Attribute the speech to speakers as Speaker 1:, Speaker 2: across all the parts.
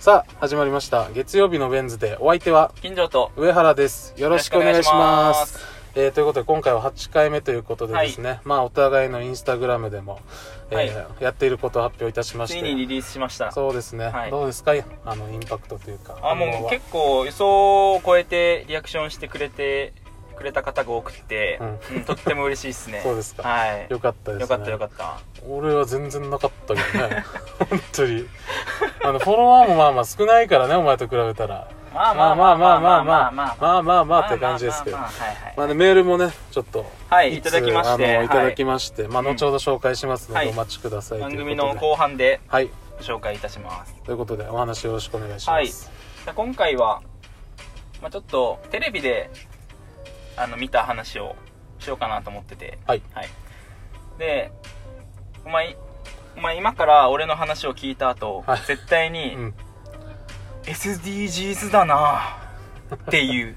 Speaker 1: さあ、始まりました。月曜日のベンズで、お相手は
Speaker 2: 金城と
Speaker 1: 上原です。よろしくお願いします。
Speaker 2: よろしくお願いします
Speaker 1: えーということで、今回は8回目ということでですね、まあ、お互いのインスタグラムでも、えー
Speaker 2: は
Speaker 1: やっていることを発表いたしまし
Speaker 2: つ
Speaker 1: て。
Speaker 2: いにリリースしました
Speaker 1: そうですね、
Speaker 2: はい
Speaker 1: どうですかあのインパクトというか
Speaker 2: あ
Speaker 1: 反応
Speaker 2: もう
Speaker 1: は
Speaker 2: 結構予想を超えてリアクションしてくれてくれた方が多くて、うんとっても嬉しいですね
Speaker 1: そうですか
Speaker 2: はい
Speaker 1: よかったですね
Speaker 2: よかったよかった
Speaker 1: 俺は全然なかったけどね本当にあのフォロワーもまあまあ少ないからねお前と比べたら
Speaker 2: ま
Speaker 1: まあまあまあまあまあまあまあまあって感じですけど
Speaker 2: まあ
Speaker 1: ま
Speaker 2: まあまあ
Speaker 1: あ
Speaker 2: はい
Speaker 1: ねメールもねちょっと
Speaker 2: はい
Speaker 1: つ
Speaker 2: いただきまして
Speaker 1: あのいただ
Speaker 2: はい
Speaker 1: きましてまあ後ほど紹介しますの
Speaker 2: は
Speaker 1: で
Speaker 2: い
Speaker 1: お待ちくださいという
Speaker 2: 番
Speaker 1: こと
Speaker 2: 組
Speaker 1: で
Speaker 2: の後半で
Speaker 1: はい
Speaker 2: ご紹介いたします
Speaker 1: ということでお話よろしくお願いし
Speaker 2: は
Speaker 1: ま
Speaker 2: い
Speaker 1: す
Speaker 2: じゃあ今回は、まあ、ちょっとテレビであの見た話をしようかなと思ってて
Speaker 1: はい
Speaker 2: はい、でお前お前今から俺の話を聞いた後、
Speaker 1: はい
Speaker 2: 絶対に、
Speaker 1: うん
Speaker 2: SDGs だなって言う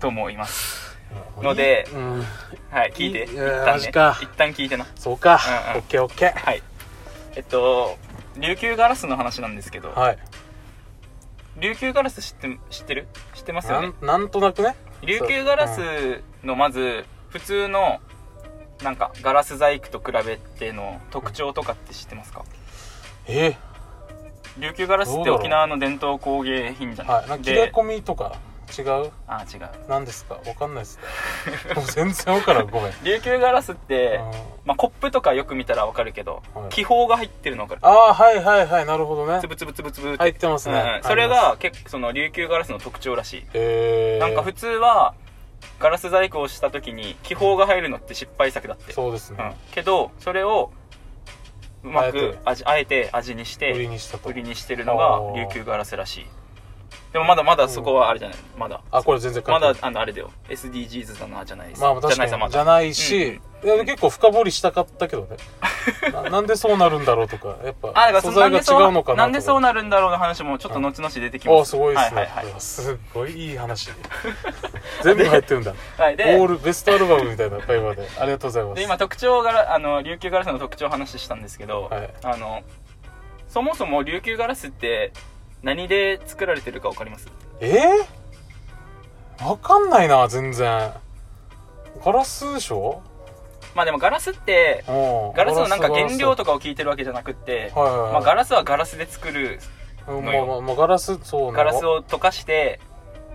Speaker 2: と思います、ので
Speaker 1: うん
Speaker 2: はい、聞い
Speaker 1: い
Speaker 2: て一
Speaker 1: いやー
Speaker 2: 旦
Speaker 1: マジ
Speaker 2: ね
Speaker 1: か
Speaker 2: 一旦聞いてな
Speaker 1: そうか
Speaker 2: うんうん
Speaker 1: オッケーオッケー
Speaker 2: はいえっと琉球ガラスの話なんですけど、
Speaker 1: はい
Speaker 2: 琉球ガラス知って知ってる知ってますよね
Speaker 1: なんなんとなくね
Speaker 2: 琉球ガラ
Speaker 1: そううん
Speaker 2: スのまず普通のなんかガラス細工と比べての特徴とかって知ってますか
Speaker 1: え
Speaker 2: 琉球ガラスって沖縄の伝統工芸品じゃ
Speaker 1: ーはいな
Speaker 2: なんい
Speaker 1: か切れ
Speaker 2: で
Speaker 1: 込みとか違う
Speaker 2: あ違う
Speaker 1: 何ですかわかんないです かもう全然わからんごめん
Speaker 2: 琉球ガラスって
Speaker 1: うん
Speaker 2: まあ、コップとかよく見たらわかるけど、
Speaker 1: はい
Speaker 2: 気泡が入ってるの分かる
Speaker 1: ああはいはいはいなるほどね
Speaker 2: つぶつぶつぶつぶって、
Speaker 1: 入ってますね、
Speaker 2: うんそれが結構その琉球ガラスの特徴らしい、
Speaker 1: えー、
Speaker 2: なんか普通はガラス細工をした時に気泡が入るのって失敗作だって
Speaker 1: そうです
Speaker 2: うん
Speaker 1: ね、、
Speaker 2: けどそれをうま
Speaker 1: あえ
Speaker 2: く
Speaker 1: て
Speaker 2: 味あえて味にし
Speaker 1: 売り
Speaker 2: て
Speaker 1: にしたと
Speaker 2: 売りにしてるのが琉球ガラスらしいでもまだまだそこはあれじゃない、まだ
Speaker 1: あこれ全然
Speaker 2: ま
Speaker 1: 関係
Speaker 2: だ
Speaker 1: ない
Speaker 2: あのあれだよ SDGs だなじゃないです
Speaker 1: まあ確
Speaker 2: じゃな
Speaker 1: か
Speaker 2: いさ
Speaker 1: に
Speaker 2: ま
Speaker 1: じゃ
Speaker 2: だ
Speaker 1: ないし、いや結構深掘りしたかったけどねななんでそうなるんだろうとかやっぱ
Speaker 2: あだからそ
Speaker 1: 素
Speaker 2: の
Speaker 1: 材が
Speaker 2: なんで
Speaker 1: 違
Speaker 2: そう
Speaker 1: うのかなとか
Speaker 2: なんでそう
Speaker 1: な
Speaker 2: なるんだろうの話もちょっと後々出てきます
Speaker 1: あすごいですね、
Speaker 2: はいはいはい
Speaker 1: すごいいい 話全部入ってるんだ
Speaker 2: はい、
Speaker 1: オ
Speaker 2: で
Speaker 1: ールベストアルバムみたいな会話でありがとうございます
Speaker 2: で今特徴ガラあの琉球ガラスの特徴を話したんですけど、
Speaker 1: はい
Speaker 2: あのそもそも琉球ガラスって何で作られてるか分かります
Speaker 1: えー、わかんないな全然ガラスでしょ
Speaker 2: まあでもガラスって
Speaker 1: うん
Speaker 2: ガラスのなんか原料
Speaker 1: と
Speaker 2: とかを聞いてるわけじゃなくって、
Speaker 1: はいはいはい
Speaker 2: まあ、ガラスはガラスで作る
Speaker 1: うんま
Speaker 2: の
Speaker 1: あ
Speaker 2: よ
Speaker 1: まあまあガラスそうな
Speaker 2: ガ
Speaker 1: の
Speaker 2: ラスを溶かして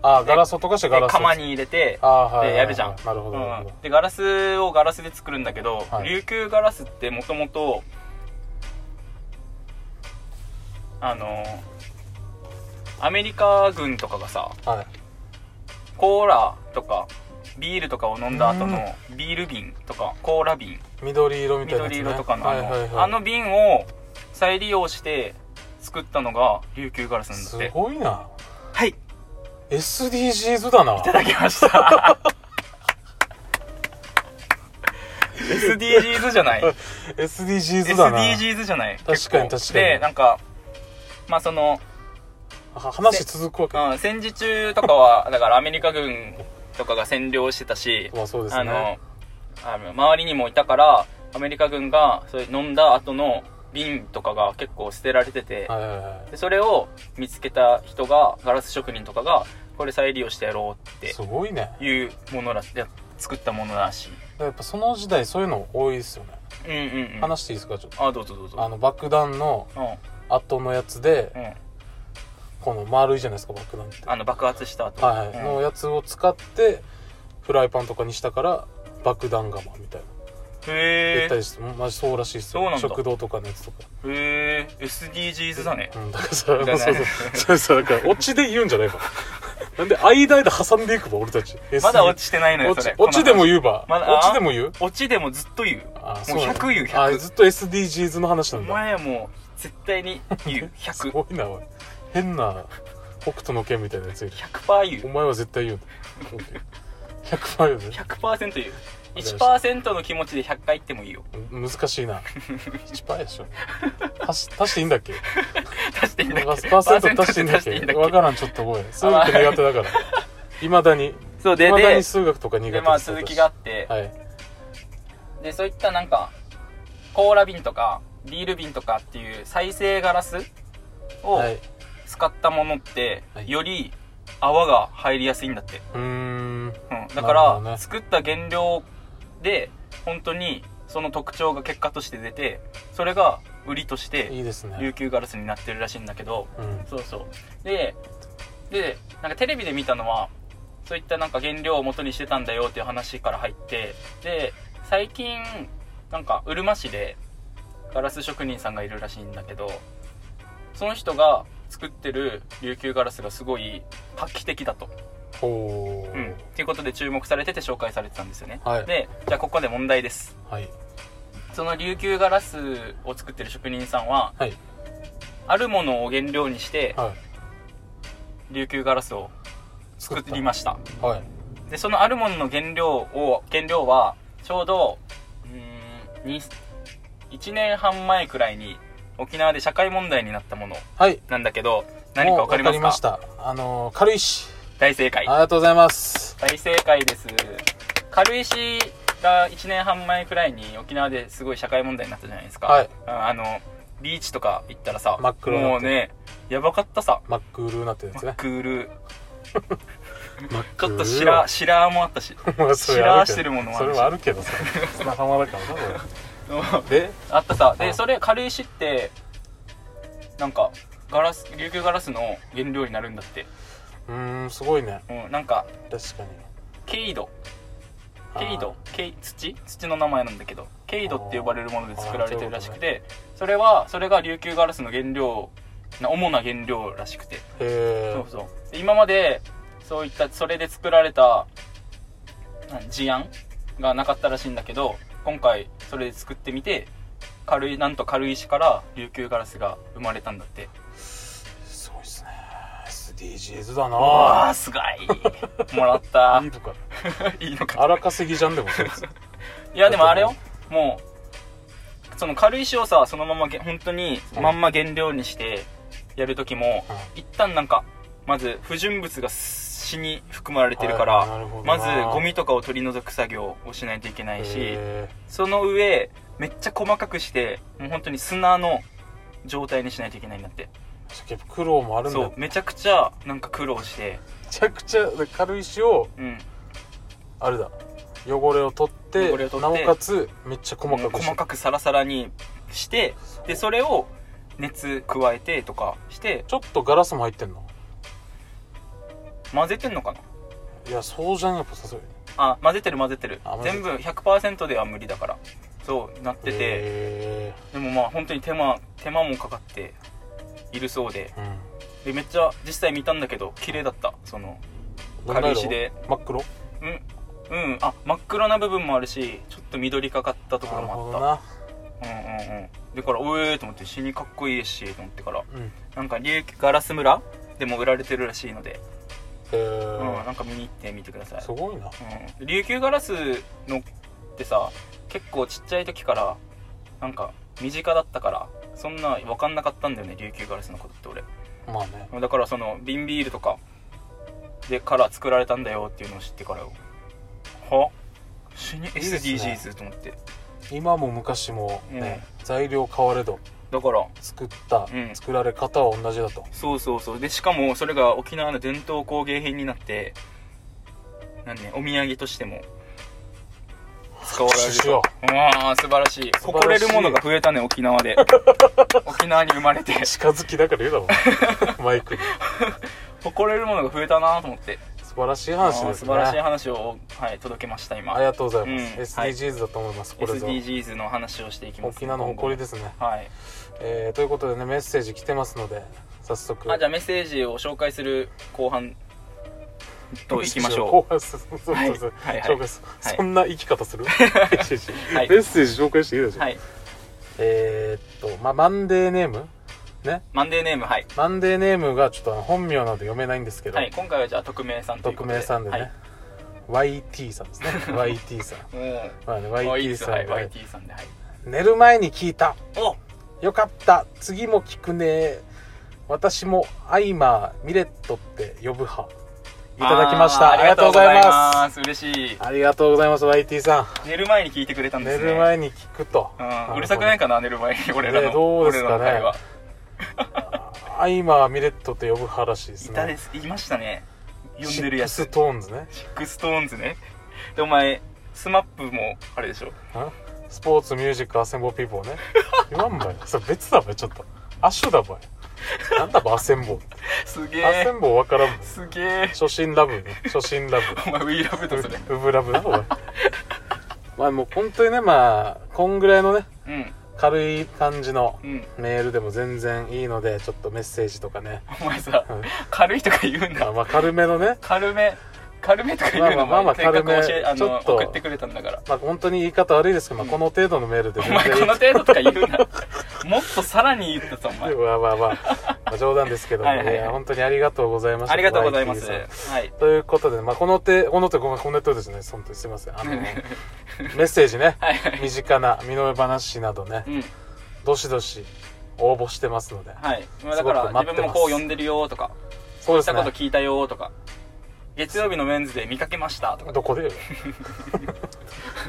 Speaker 1: あガラスを溶かしてガ
Speaker 2: で
Speaker 1: ラスを
Speaker 2: 釜に入れて
Speaker 1: あーはいはいはい
Speaker 2: でやるじゃん
Speaker 1: なるほどなるほ
Speaker 2: うんでガラスをガラスで作るんだけど、
Speaker 1: はい
Speaker 2: 琉球ガラスってもともとあのアメリカ軍とかがさ
Speaker 1: どはい
Speaker 2: コーラとかビールとかを飲んだ後のビール瓶とかコーラ瓶
Speaker 1: 緑色みたいなやつね
Speaker 2: 緑色とかの
Speaker 1: は
Speaker 2: あ
Speaker 1: いはい
Speaker 2: の
Speaker 1: はい
Speaker 2: あの瓶を再利用して作ったのが琉球ガラスなんだ
Speaker 1: す
Speaker 2: って
Speaker 1: ごいな
Speaker 2: はいい
Speaker 1: SDGs だな
Speaker 2: ただきました SDGs じゃない
Speaker 1: SDGs だな
Speaker 2: SDGs じゃない結構
Speaker 1: 確かに確かに
Speaker 2: でなんかまあその、
Speaker 1: は話続くわけ
Speaker 2: うん、戦時中とかはだからアメリカ軍とかが占領してたし、
Speaker 1: まあそうです
Speaker 2: あ
Speaker 1: ね
Speaker 2: のあの周りにもいたからアメリカ軍がそれ飲んだ後の瓶とかが結構捨てられてて、
Speaker 1: はいはいは
Speaker 2: でそれを見つけた人がガラス職人とかがこれ再利用してやろ
Speaker 1: いうすごいね
Speaker 2: っていうものらや作ったものらしい
Speaker 1: やっぱその時代そういうの多いですよね
Speaker 2: うんうん、うん、
Speaker 1: 話していいですかちょっ
Speaker 2: あどうぞどう
Speaker 1: とあ
Speaker 2: ぞ
Speaker 1: の爆弾の
Speaker 2: うんうん
Speaker 1: 後のやつでこの丸いじゃないですか爆弾って
Speaker 2: あの爆発した後
Speaker 1: はいはい、
Speaker 2: うん
Speaker 1: のやつを使ってフライパンとかにしたから爆弾釜みたいな言
Speaker 2: へ
Speaker 1: った
Speaker 2: え
Speaker 1: りしてマジそうらしいっすよ
Speaker 2: そうなんだ
Speaker 1: 食堂とかのやつとか
Speaker 2: へえ SDGs だね
Speaker 1: うんだからさ、
Speaker 2: だね
Speaker 1: そうそうそうそうだからオチで言うんじゃない かなんで間で挟んでいくば俺たち
Speaker 2: まだ落
Speaker 1: ち
Speaker 2: ちてないのよ
Speaker 1: 落
Speaker 2: そ
Speaker 1: ち
Speaker 2: れ
Speaker 1: オチでも
Speaker 2: う
Speaker 1: 言うば、
Speaker 2: まだ
Speaker 1: オチでも言う
Speaker 2: 落ちでもずっと言う
Speaker 1: あー
Speaker 2: もう
Speaker 1: なんだ
Speaker 2: 100言う
Speaker 1: あー
Speaker 2: 100
Speaker 1: ずっと SDGs の話な
Speaker 2: お
Speaker 1: んだ
Speaker 2: 前はもう絶対に言 う
Speaker 1: す
Speaker 2: 100
Speaker 1: ごいなおい変な北斗の剣みたいなやついる
Speaker 2: 100%言う
Speaker 1: お前は絶対言うんだ100%言うね
Speaker 2: 100%言う1%の気持ちで100回言ってもいいよ
Speaker 1: 難しいな1%でしょ足し足していいんだっけ
Speaker 2: 足していいんだっけ
Speaker 1: パーセント足していいんだっ
Speaker 2: パーセント足していいん
Speaker 1: け
Speaker 2: だっけ
Speaker 1: わからんちょっとごめん数学苦手だからいまだに
Speaker 2: そう
Speaker 1: い
Speaker 2: で
Speaker 1: まだ
Speaker 2: で
Speaker 1: に数学とか苦手
Speaker 2: でまあ続きがあって、
Speaker 1: はい
Speaker 2: でそういったなんかコーラ瓶とかビール瓶とかっていう再生ガラスを
Speaker 1: はい
Speaker 2: 使ったものって
Speaker 1: はい
Speaker 2: より泡が入りやすいんだって、
Speaker 1: うーん
Speaker 2: うん、だか
Speaker 1: なる
Speaker 2: ら
Speaker 1: ほ、どね
Speaker 2: 作った原料で本当にその特徴が結果として出てそれが売りとして
Speaker 1: いいですね
Speaker 2: 琉球ガラスになってるらしいんだけど
Speaker 1: うん
Speaker 2: そうそうででなんかテレビで見たのはそういったなんか原料を元にしてたんだよっていう話から入ってで最近なんかうるま市でガラス職人さんがいるらしいんだけどその人が作ってる琉球ガラスがすごい画期的だと、
Speaker 1: ほう、
Speaker 2: うん、っていうことで注目されてて紹介されてたんですよね、
Speaker 1: はい
Speaker 2: でじゃあここで問題です
Speaker 1: はい
Speaker 2: その琉球ガラスを作ってる職人さんは
Speaker 1: はい
Speaker 2: あるものを原料にして
Speaker 1: はい
Speaker 2: 琉球ガラスを作りました
Speaker 1: すはい
Speaker 2: でそのあるものの原料を原料はちょうどうーんに1年半前くらいに沖縄で社会問題になったもの
Speaker 1: はい
Speaker 2: なんだけど何か分かり
Speaker 1: もうわか
Speaker 2: ますか
Speaker 1: りましたあのー軽石
Speaker 2: 大正解
Speaker 1: ありがとうございます
Speaker 2: 大正解です軽石が1年半前くらいに沖縄ですごい社会問題になったじゃないですか、
Speaker 1: はい
Speaker 2: うんあのビーチとか行ったらさ
Speaker 1: 真っ黒にな
Speaker 2: も
Speaker 1: っ
Speaker 2: う
Speaker 1: て
Speaker 2: ねやばかったさ
Speaker 1: マックルーなってるんです
Speaker 2: 真っ
Speaker 1: ね
Speaker 2: 黒
Speaker 1: マッ
Speaker 2: ち
Speaker 1: ク
Speaker 2: ょっ
Speaker 1: ル
Speaker 2: と白白もあったし
Speaker 1: まあ それはあるけど
Speaker 2: 白々してるものはあ
Speaker 1: そ
Speaker 2: る
Speaker 1: れ
Speaker 2: し
Speaker 1: はあるけどさ砂浜だから さこれで
Speaker 2: あったさ
Speaker 1: う
Speaker 2: で
Speaker 1: ん
Speaker 2: それ軽石ってなんかガラス琉球ガラスの原料になるんだって、
Speaker 1: うーんすごいね
Speaker 2: うん、なんか
Speaker 1: 確かに
Speaker 2: ケイド
Speaker 1: あー
Speaker 2: ケイドケイ土土の名前なんだけどケイドって呼ばれるもので作られてるらしくてそれはそれが琉球ガラスの原料な主な原料らしくて
Speaker 1: へ
Speaker 2: そ
Speaker 1: ー
Speaker 2: うそうで今までそういったそれで作られたなん事案がなかったらしいんだけど今回それで作ってみて軽いなんと軽石から琉球ガラスが生まれたんだって
Speaker 1: すごいっすね SDGs だ
Speaker 2: わ
Speaker 1: な
Speaker 2: あすごいもらった
Speaker 1: いいのか
Speaker 2: いいのか
Speaker 1: 荒稼ぎじゃんでもそいつ
Speaker 2: い やでもあれよもうその軽石をさそのままげ本当にまんま原料にしてやる時も一旦なんかまず不純物が死に含まれてるから、
Speaker 1: はいなるほどな
Speaker 2: まずゴミとかを取り除く作業をしないといけないし
Speaker 1: へ
Speaker 2: その上めっちゃ細かくしてもう本当に砂の状態にしないといけないんだって
Speaker 1: ーじゃあやっぱ苦労もあるんだ
Speaker 2: そう
Speaker 1: め
Speaker 2: めちゃくちゃなんか苦労して
Speaker 1: ちゃくちゃ軽石を
Speaker 2: うん
Speaker 1: あれだ汚れを取って
Speaker 2: 汚れを取って
Speaker 1: なおかつめっちゃ細か
Speaker 2: もう
Speaker 1: くし
Speaker 2: 細かくサラサラにしてでそれを熱加えてとかして
Speaker 1: ちょっとガラスも入ってんの
Speaker 2: 混ぜてんのかない
Speaker 1: やそうじゃんやっぱさすがに
Speaker 2: あ混ぜてる混ぜてる
Speaker 1: あ混ぜて
Speaker 2: 全
Speaker 1: る
Speaker 2: 部100%では無理だからそうなってて
Speaker 1: へ
Speaker 2: でもまあ本当に手間手間もかかっているそうで
Speaker 1: ーうん
Speaker 2: でめっちゃ実際見たんだけど綺麗だったその
Speaker 1: どんな
Speaker 2: 軽
Speaker 1: 色
Speaker 2: 石で
Speaker 1: 真っ黒
Speaker 2: うんうんあ真っ黒な部分もあるしちょっと緑かかったとこ
Speaker 1: なる
Speaker 2: ろもあ
Speaker 1: ほ
Speaker 2: っ
Speaker 1: ど
Speaker 2: た
Speaker 1: な
Speaker 2: うんうんうんだからおえーと思って死にかっこいいしと思ってから
Speaker 1: うんへ
Speaker 2: なんか琉球ガラス村でも売られてるらしいので、うん
Speaker 1: え
Speaker 2: なんか見に行ってみてください
Speaker 1: す、ごいな
Speaker 2: うん、琉球ガラスのってさ結構ちっちゃい時からなんか身近だったからそんな分かんなかったんだよね琉球ガラスのことって俺
Speaker 1: まあね
Speaker 2: だからその瓶ビールとかでから作られたんだよっていうのを知ってからよは死に
Speaker 1: いですね
Speaker 2: SDGs と思って
Speaker 1: 今も昔もね、材料変われど
Speaker 2: だから
Speaker 1: 作った、
Speaker 2: うん
Speaker 1: 作られ方は同じだ と
Speaker 2: そうそうそうでしかもそれが沖縄の伝統工芸品になってなんねお土産としても使われ
Speaker 1: 拍手し
Speaker 2: る
Speaker 1: よ
Speaker 2: うわあ素晴らしい
Speaker 1: 素晴らしい
Speaker 2: 誇れるものが増えたね沖 縄で沖縄に生まれて
Speaker 1: う近づきだから言うだろうマイクに
Speaker 2: 誇れるものが増えたなと思って
Speaker 1: 素晴らしい
Speaker 2: あー
Speaker 1: 話
Speaker 2: 素
Speaker 1: ですね
Speaker 2: 晴らしい話を、はい、届けました
Speaker 1: あ
Speaker 2: 今
Speaker 1: りがとうございます、
Speaker 2: うん
Speaker 1: SDGs だと思います、これぞ
Speaker 2: SDGs の話をしていきます
Speaker 1: 沖縄の誇り
Speaker 2: で
Speaker 1: ですね、
Speaker 2: はい
Speaker 1: えーということでねメッセージ来てますので早速
Speaker 2: あじゃあメッセージを紹介する後半といきまし
Speaker 1: 後
Speaker 2: ょ
Speaker 1: 半 そうそうそう、
Speaker 2: はい
Speaker 1: 紹
Speaker 2: はいはい
Speaker 1: 介す
Speaker 2: はい
Speaker 1: そんな生き方する、 メッセージ
Speaker 2: はい
Speaker 1: メッセージ紹介していいでし
Speaker 2: う
Speaker 1: ょ、
Speaker 2: はい
Speaker 1: えーっと、まあ、マンデーネームね
Speaker 2: マンデーネームはい、
Speaker 1: マンデーネームがちょっとあの本名なので読めないんですけど、
Speaker 2: はい、今回はじゃあ匿名さんというこ
Speaker 1: 匿
Speaker 2: とで
Speaker 1: 名さんで
Speaker 2: は
Speaker 1: ね
Speaker 2: い、
Speaker 1: YT さん ですね YT さん、
Speaker 2: も
Speaker 1: まあね、
Speaker 2: う
Speaker 1: YT
Speaker 2: さ
Speaker 1: さ
Speaker 2: ん、
Speaker 1: ん
Speaker 2: は
Speaker 1: で
Speaker 2: い、YT さんではい
Speaker 1: 寝る前に聞いた
Speaker 2: お
Speaker 1: よかった次も聞くね私もアイマーミレットって呼ぶ派いただきましたあ
Speaker 2: あー
Speaker 1: りがとうございます
Speaker 2: す嬉しい
Speaker 1: ありがとうございます YT さ
Speaker 2: 寝る前に聞いてくれた
Speaker 1: ん
Speaker 2: んで
Speaker 1: 寝
Speaker 2: すね
Speaker 1: る前に聞くと
Speaker 2: うん、うるさくないいかな寝る前に俺らの、
Speaker 1: ねどうですかね
Speaker 2: 俺らの会話
Speaker 1: あアイマーミレットって呼ぶ派らしいです
Speaker 2: い
Speaker 1: ね
Speaker 2: たですいましたね呼んでるやつ
Speaker 1: シックストーンズね
Speaker 2: シックストーンズねでお前スマップもあれでしょ
Speaker 1: んスポーツミュージックアセンボーピー ポーね言わんばいそれ別だばいちょっとアッシュだばいなんだばアセンボー
Speaker 2: すげ
Speaker 1: アセ
Speaker 2: え
Speaker 1: ンボーわからんもん
Speaker 2: すげえ
Speaker 1: 初心ラブね初心ラブ
Speaker 2: お前ウィーラブだそれ
Speaker 1: ウブラブだおい まあもう本当にねまあこんぐらいのね
Speaker 2: うん
Speaker 1: 軽い感じの
Speaker 2: うん
Speaker 1: メールでも全然いいのでちょっとメッセージとかね、
Speaker 2: お前さ
Speaker 1: うん
Speaker 2: 軽いとか言うん
Speaker 1: まあ、
Speaker 2: だ
Speaker 1: まあ軽めのね
Speaker 2: 軽め軽めとか言うの
Speaker 1: まあま
Speaker 2: も
Speaker 1: あまあ
Speaker 2: せっかく教えあ
Speaker 1: 軽め
Speaker 2: の
Speaker 1: ちょっと
Speaker 2: 送ってくれたんだから
Speaker 1: まあ本当に言い方悪いですけど、まあ、この程度のメールで
Speaker 2: お
Speaker 1: 全
Speaker 2: 前
Speaker 1: 然い
Speaker 2: こ
Speaker 1: い
Speaker 2: の程度とか言うなもっとさらに言ってたお前
Speaker 1: まあまあまあ、まあ冗談ですけども、
Speaker 2: はいいはいはい
Speaker 1: や本当にありがとうございました
Speaker 2: ありがとうございます
Speaker 1: ワイキキさ
Speaker 2: はい
Speaker 1: んということで、まあ、この手この手ごめんこの手ですね本当にすいませんあのメッセージね
Speaker 2: はいはい
Speaker 1: 身近な身の上話などね
Speaker 2: うん
Speaker 1: どしどし応募してますので
Speaker 2: はいまあ
Speaker 1: す
Speaker 2: だ
Speaker 1: ご
Speaker 2: か
Speaker 1: く
Speaker 2: ら
Speaker 1: 待ってます
Speaker 2: 自分もこう呼んでるよとか
Speaker 1: そうで
Speaker 2: し
Speaker 1: す
Speaker 2: たこと
Speaker 1: ね
Speaker 2: 聞いたよとか月曜日のメンズで見かけましたとか
Speaker 1: どこでよ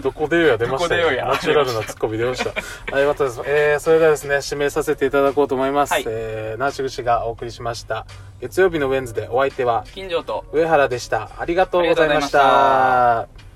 Speaker 1: どこでよや出ました
Speaker 2: どこ
Speaker 1: よ
Speaker 2: でよや
Speaker 1: ナチュラルなツッコミ出ましたありがとうございます、えー、それではですね指名させていただこうと思います、
Speaker 2: はい
Speaker 1: えー、ナーシグ氏がお送りしました月曜日のウェンズでお相手は
Speaker 2: 近所と
Speaker 1: 上原でしたありがとうございまし
Speaker 2: ありがとうござい
Speaker 1: た